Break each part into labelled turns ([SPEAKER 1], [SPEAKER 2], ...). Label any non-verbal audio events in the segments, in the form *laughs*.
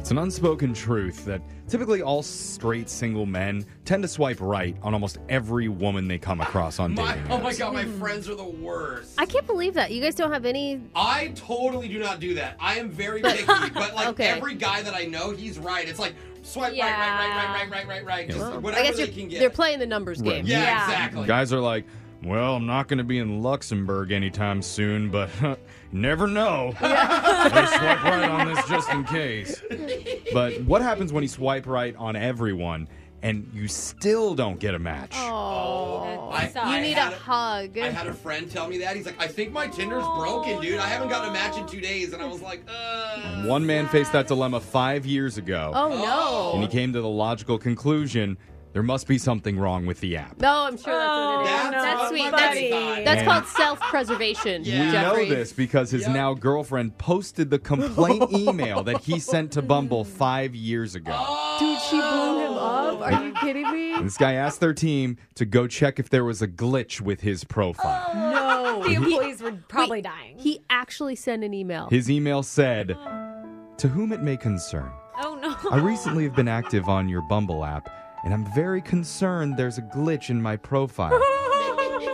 [SPEAKER 1] It's an unspoken truth that typically all straight single men tend to swipe right on almost every woman they come across on
[SPEAKER 2] *laughs* My,
[SPEAKER 1] dating
[SPEAKER 2] oh my
[SPEAKER 1] apps.
[SPEAKER 2] god, my friends are the worst.
[SPEAKER 3] I can't believe that. You guys don't have any.
[SPEAKER 2] I totally do not do that. I am very
[SPEAKER 3] *laughs*
[SPEAKER 2] picky, but like
[SPEAKER 3] Okay.
[SPEAKER 2] every guy that I know, he's right. It's like swipe right, right, right, right, right, right, right, right. Just
[SPEAKER 3] Well,
[SPEAKER 2] whatever
[SPEAKER 3] I guess
[SPEAKER 2] they
[SPEAKER 3] you're-
[SPEAKER 2] can get.
[SPEAKER 3] they're playing the numbers
[SPEAKER 1] Right.
[SPEAKER 3] game.
[SPEAKER 2] yeah, exactly.
[SPEAKER 1] Guys are like, well, I'm not going to be in Luxembourg anytime soon, but *laughs* never
[SPEAKER 3] *laughs*
[SPEAKER 1] know. *laughs* I swipe right on this just in case. But what happens when you swipe right on everyone and you still don't get a match?
[SPEAKER 3] Oh,
[SPEAKER 2] I-
[SPEAKER 3] you
[SPEAKER 2] I
[SPEAKER 3] need
[SPEAKER 2] had
[SPEAKER 3] a
[SPEAKER 2] a-
[SPEAKER 3] hug.
[SPEAKER 2] I had a friend tell me that. He's like, I think my Tinder's
[SPEAKER 3] Oh,
[SPEAKER 2] broken, dude. I haven't gotten a match in two days. And I was like, uh.
[SPEAKER 1] One man faced that dilemma five years ago,
[SPEAKER 3] oh no.
[SPEAKER 1] and he came to the logical conclusion there must be something wrong with the app.
[SPEAKER 3] No, I'm sure that's what it is.
[SPEAKER 2] That's
[SPEAKER 3] Oh, that's
[SPEAKER 2] what
[SPEAKER 3] sweet.
[SPEAKER 2] my buddy
[SPEAKER 3] That's,
[SPEAKER 2] thought.
[SPEAKER 3] that's
[SPEAKER 1] Yeah.
[SPEAKER 3] called self-preservation.
[SPEAKER 2] Yeah.
[SPEAKER 1] We
[SPEAKER 3] Jeffrey.
[SPEAKER 1] know this because his
[SPEAKER 2] Yep.
[SPEAKER 1] now girlfriend posted the complaint email that he sent to Bumble five years ago.
[SPEAKER 4] Dude, she blew him up. Are you kidding
[SPEAKER 1] And
[SPEAKER 4] me?
[SPEAKER 1] This guy asked their team to go check if there was a glitch with his profile.
[SPEAKER 4] No.
[SPEAKER 5] The employees were probably
[SPEAKER 3] Wait,
[SPEAKER 5] dying.
[SPEAKER 3] He actually sent an email.
[SPEAKER 1] His email said, To whom it may concern,
[SPEAKER 5] oh no.
[SPEAKER 1] I recently have been active on your Bumble app, and I'm very concerned there's a glitch in my profile.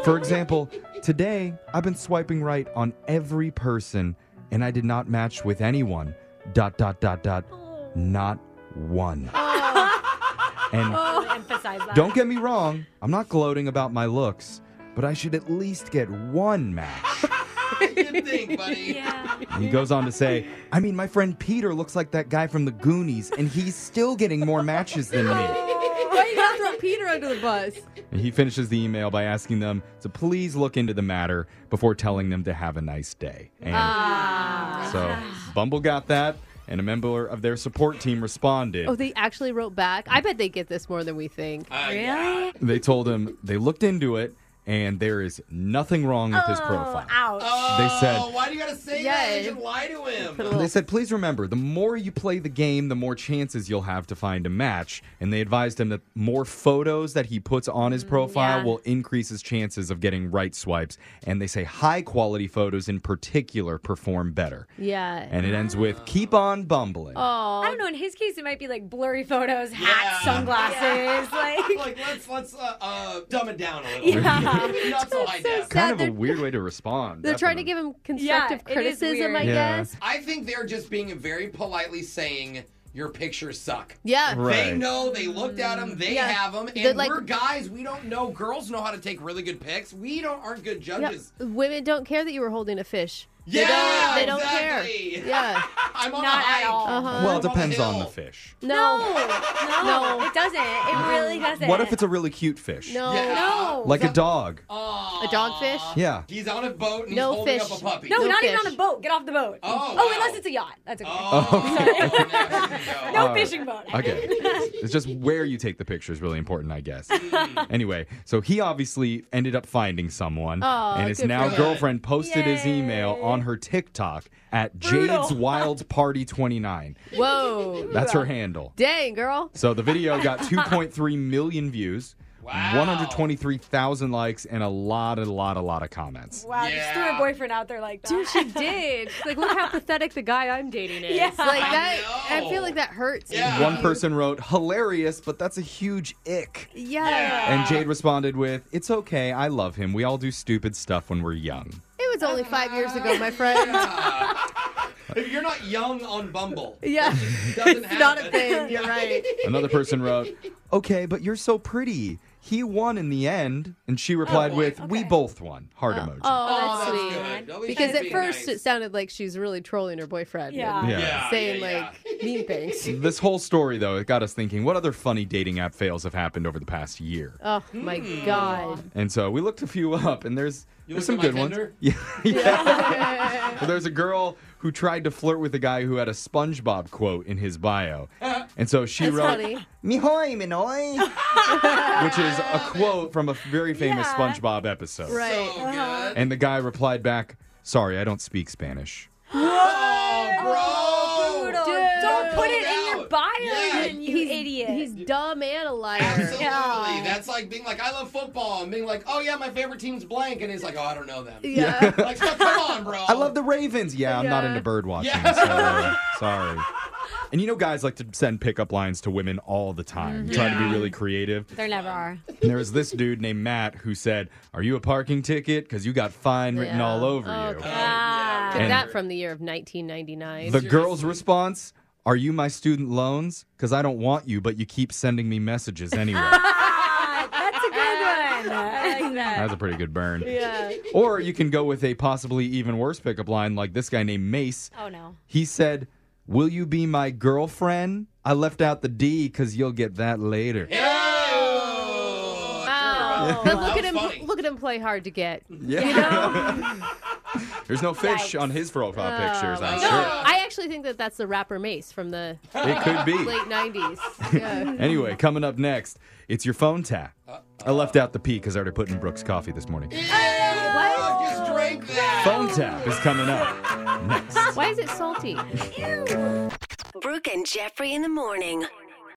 [SPEAKER 1] For example, today I've been swiping right on every person, and I did not match with anyone. Dot, dot, dot, dot. Not one. And
[SPEAKER 5] Emphasize that.
[SPEAKER 1] Don't get me wrong, I'm not gloating about my looks, but I should at least get one match.
[SPEAKER 2] Good thing,
[SPEAKER 3] *laughs*
[SPEAKER 2] buddy.
[SPEAKER 5] Yeah.
[SPEAKER 1] And he goes on to say, I mean, my friend Peter looks like that guy from the Goonies, and he's still getting more matches than me.
[SPEAKER 4] Why you gotta throw Peter under the bus?
[SPEAKER 1] And he finishes the email by asking them to please look into the matter before telling them to have a nice day. And so Bumble got that, and a member of their support team responded.
[SPEAKER 3] Oh, they actually wrote back. I bet they get this more than we think.
[SPEAKER 2] Uh,
[SPEAKER 5] Really?
[SPEAKER 2] yeah.
[SPEAKER 1] They told him they looked into it, and there is nothing wrong with his profile.
[SPEAKER 5] Ouch.
[SPEAKER 2] Oh,
[SPEAKER 1] They said-
[SPEAKER 2] why do you gotta say
[SPEAKER 3] Yeah,
[SPEAKER 2] that? You
[SPEAKER 3] it-
[SPEAKER 2] should lie to him. *laughs*
[SPEAKER 3] Put a
[SPEAKER 1] And
[SPEAKER 3] little-
[SPEAKER 1] They said, please remember, the more you play the game, the more chances you'll have to find a match. And they advised him that more photos that he puts on
[SPEAKER 3] Mm,
[SPEAKER 1] his profile
[SPEAKER 5] yeah.
[SPEAKER 1] will increase his chances of getting right swipes. And they say high quality photos in particular perform better.
[SPEAKER 3] yeah.
[SPEAKER 1] And it ends with, keep on bumbling.
[SPEAKER 3] Oh.
[SPEAKER 5] I don't know. In his case, it might be like blurry photos, hats, sunglasses. Like,
[SPEAKER 2] Like, let's let's uh, uh, dumb it down a little.
[SPEAKER 3] *laughs*
[SPEAKER 2] bit. *laughs*
[SPEAKER 5] Yeah.
[SPEAKER 2] Not so high def.
[SPEAKER 3] sad.
[SPEAKER 1] kind of a
[SPEAKER 3] They're- *laughs*
[SPEAKER 1] weird way to respond.
[SPEAKER 3] They're trying to
[SPEAKER 1] definitely.
[SPEAKER 3] give him constructive
[SPEAKER 5] Yeah, it is
[SPEAKER 3] criticism,
[SPEAKER 5] weird.
[SPEAKER 3] I
[SPEAKER 1] Yeah.
[SPEAKER 3] guess.
[SPEAKER 2] I think they're just being very politely saying your pictures suck.
[SPEAKER 3] Yeah.
[SPEAKER 1] Right.
[SPEAKER 2] They know they looked at them. They
[SPEAKER 3] Yeah.
[SPEAKER 2] have them,
[SPEAKER 3] They're
[SPEAKER 2] and
[SPEAKER 3] like-
[SPEAKER 2] we're guys. We don't know. Girls know how to take really good pics. We don't aren't good
[SPEAKER 3] Yeah.
[SPEAKER 2] judges.
[SPEAKER 3] Women don't care that you were holding a fish. They
[SPEAKER 2] Yeah,
[SPEAKER 3] don't- they don't,
[SPEAKER 2] exactly. *laughs*
[SPEAKER 3] care. Yeah.
[SPEAKER 2] I'm on
[SPEAKER 5] Not
[SPEAKER 2] a
[SPEAKER 5] at
[SPEAKER 2] hike.
[SPEAKER 5] all.
[SPEAKER 3] Uh-huh.
[SPEAKER 1] Well,
[SPEAKER 2] I'm
[SPEAKER 1] it depends on the
[SPEAKER 2] hill.
[SPEAKER 1] fish.
[SPEAKER 5] *laughs*
[SPEAKER 3] No.
[SPEAKER 5] no,
[SPEAKER 3] No.
[SPEAKER 5] it doesn't. It really doesn't.
[SPEAKER 1] What if it's a really cute fish?
[SPEAKER 3] No.
[SPEAKER 2] Yeah.
[SPEAKER 5] no?
[SPEAKER 1] Like a dog.
[SPEAKER 2] Aw.
[SPEAKER 3] A dogfish?
[SPEAKER 1] Yeah.
[SPEAKER 2] He's on a boat and
[SPEAKER 3] No
[SPEAKER 2] he's holding
[SPEAKER 3] fish.
[SPEAKER 2] up a puppy.
[SPEAKER 5] no,
[SPEAKER 3] No
[SPEAKER 5] not even
[SPEAKER 3] fish.
[SPEAKER 5] on a boat. Get off the boat.
[SPEAKER 2] Oh, wow.
[SPEAKER 5] unless it's a yacht. That's
[SPEAKER 1] *laughs*
[SPEAKER 5] okay.
[SPEAKER 2] Oh, there you
[SPEAKER 3] *laughs*
[SPEAKER 2] go.
[SPEAKER 5] *laughs* No
[SPEAKER 1] Uh,
[SPEAKER 5] fishing boat.
[SPEAKER 1] Okay. *laughs* it's just where you take the picture is really important, I guess. anyway, so he obviously ended up finding someone.
[SPEAKER 3] Aw,
[SPEAKER 1] and his
[SPEAKER 3] good
[SPEAKER 1] now
[SPEAKER 2] for him.
[SPEAKER 1] girlfriend posted his
[SPEAKER 5] Yay.
[SPEAKER 1] email on her TikTok at
[SPEAKER 5] Brutal.
[SPEAKER 1] Jade's Wild Party 29.
[SPEAKER 3] Whoa.
[SPEAKER 1] That's her handle.
[SPEAKER 3] Dang, girl.
[SPEAKER 1] So the video got 2.3 million views.
[SPEAKER 2] Wow.
[SPEAKER 1] 123,000 likes and a lot, a lot, a lot of comments.
[SPEAKER 5] Wow, you just threw
[SPEAKER 2] Yeah.
[SPEAKER 5] her boyfriend out there like that.
[SPEAKER 3] Dude, she did. She's like, look how pathetic the guy I'm dating is.
[SPEAKER 5] Yeah.
[SPEAKER 3] Like that.
[SPEAKER 2] I
[SPEAKER 3] I,
[SPEAKER 2] know.
[SPEAKER 3] feel like that hurts.
[SPEAKER 2] Yeah.
[SPEAKER 1] One person wrote, hilarious, but that's a huge ick.
[SPEAKER 3] Yeah.
[SPEAKER 1] And Jade responded with, It's okay, I love him. We all do stupid stuff when we're young.
[SPEAKER 3] It was only five years ago,
[SPEAKER 2] *laughs*
[SPEAKER 3] my friend.
[SPEAKER 2] *laughs* If you're not young on
[SPEAKER 3] *laughs*
[SPEAKER 2] Bumble, it
[SPEAKER 3] yeah.
[SPEAKER 2] doesn't
[SPEAKER 3] It's not a
[SPEAKER 2] happen.
[SPEAKER 3] thing.
[SPEAKER 2] *laughs*
[SPEAKER 3] You're right.
[SPEAKER 1] Another person wrote, Okay, but you're so pretty. He won in the end. And she replied
[SPEAKER 2] boy.
[SPEAKER 1] with, We
[SPEAKER 5] Okay.
[SPEAKER 1] both won. Heart emoji.
[SPEAKER 3] Oh,
[SPEAKER 2] Oh,
[SPEAKER 3] that's
[SPEAKER 2] that's
[SPEAKER 3] sweet.
[SPEAKER 2] good. At least
[SPEAKER 3] Because
[SPEAKER 2] she's
[SPEAKER 3] at
[SPEAKER 2] being
[SPEAKER 3] first
[SPEAKER 2] nice.
[SPEAKER 3] it sounded like she's really trolling her boyfriend.
[SPEAKER 5] *laughs* Yeah.
[SPEAKER 3] and
[SPEAKER 1] Yeah.
[SPEAKER 2] Yeah,
[SPEAKER 3] Saying
[SPEAKER 2] yeah, yeah.
[SPEAKER 3] like
[SPEAKER 2] *laughs*
[SPEAKER 3] mean things.
[SPEAKER 1] This whole story, though, it got us thinking what other funny dating app fails have happened over the past year?
[SPEAKER 3] Oh my
[SPEAKER 2] Hmm.
[SPEAKER 3] god.
[SPEAKER 1] And so we looked a few up, and there's,
[SPEAKER 2] You
[SPEAKER 1] there's some
[SPEAKER 2] looked
[SPEAKER 1] good
[SPEAKER 2] at my
[SPEAKER 1] ones.
[SPEAKER 2] Tinder?
[SPEAKER 1] *laughs* Yeah. yeah. So *laughs* there's a girl who tried to flirt with a guy who had a SpongeBob quote in his
[SPEAKER 2] *laughs*
[SPEAKER 1] bio. And so she
[SPEAKER 3] That's
[SPEAKER 1] wrote,
[SPEAKER 3] funny.
[SPEAKER 1] Mihoi,
[SPEAKER 3] *laughs*
[SPEAKER 1] Minoi. Which is a quote from a very famous
[SPEAKER 5] Yeah.
[SPEAKER 1] SpongeBob episode.
[SPEAKER 3] Right.
[SPEAKER 2] So good.
[SPEAKER 1] And the guy replied back, Sorry, I don't speak Spanish.
[SPEAKER 2] Oh, bro.
[SPEAKER 5] Brutal.
[SPEAKER 3] Dude.
[SPEAKER 5] Don't put it in your
[SPEAKER 2] Out.
[SPEAKER 5] bio,
[SPEAKER 2] Yeah.
[SPEAKER 5] then, you
[SPEAKER 3] he's,
[SPEAKER 5] idiot.
[SPEAKER 3] He's dumb and a liar.
[SPEAKER 2] Absolutely.
[SPEAKER 5] Yeah.
[SPEAKER 2] That's like being like, I love football, and being like, oh yeah, my favorite team's blank, and he's like, oh, I don't know them.
[SPEAKER 3] Yeah.
[SPEAKER 2] *laughs* Like, so come on, bro.
[SPEAKER 1] *laughs* I love the Ravens. Yeah, I'm not
[SPEAKER 3] Yeah.
[SPEAKER 1] into bird watching.
[SPEAKER 2] Yeah.
[SPEAKER 1] So, sorry. And you know, guys like to send pickup lines to women all the time,
[SPEAKER 3] Mm-hmm.
[SPEAKER 1] trying to be
[SPEAKER 2] Yeah.
[SPEAKER 1] really creative.
[SPEAKER 5] There never are.
[SPEAKER 1] And there was this dude named Matt who said, Are you a parking ticket? Because you got fine written
[SPEAKER 3] Yeah.
[SPEAKER 1] all over
[SPEAKER 3] Oh,
[SPEAKER 1] you.
[SPEAKER 3] God.
[SPEAKER 5] Ah.
[SPEAKER 3] Took
[SPEAKER 1] And-
[SPEAKER 3] that from the year of 1999.
[SPEAKER 1] The girl's response, Are you my student loans? Because I don't want you, but you keep sending me messages
[SPEAKER 3] *laughs*
[SPEAKER 1] anyway.
[SPEAKER 5] Ah, That's a good one. I like that.
[SPEAKER 1] That's a pretty good burn.
[SPEAKER 3] yeah.
[SPEAKER 1] Or you can go with a possibly even worse pickup line like this guy named Mace.
[SPEAKER 5] Oh no.
[SPEAKER 1] He said, Will you be my girlfriend? I left out the D because you'll get that later.
[SPEAKER 2] Oh,
[SPEAKER 3] Wow.
[SPEAKER 5] Yeah.
[SPEAKER 3] But look
[SPEAKER 2] That
[SPEAKER 3] at him.
[SPEAKER 2] was funny.
[SPEAKER 3] Look at him play hard to get.
[SPEAKER 1] Yeah. *laughs* There's no fish
[SPEAKER 5] Yikes.
[SPEAKER 1] on his profile pictures, I'm
[SPEAKER 3] Oh,
[SPEAKER 2] no.
[SPEAKER 1] sure.
[SPEAKER 3] I actually think that that's the rapper Mace from the
[SPEAKER 1] It could be.
[SPEAKER 3] late 90s. Yeah.
[SPEAKER 1] Anyway, coming up next, it's your phone tap. I left out the P because I already put in Brooke's coffee this morning.
[SPEAKER 2] I just drank that.
[SPEAKER 1] Phone tap is coming up next.
[SPEAKER 3] Why is it salty?
[SPEAKER 6] Brooke and Jeffrey in the morning.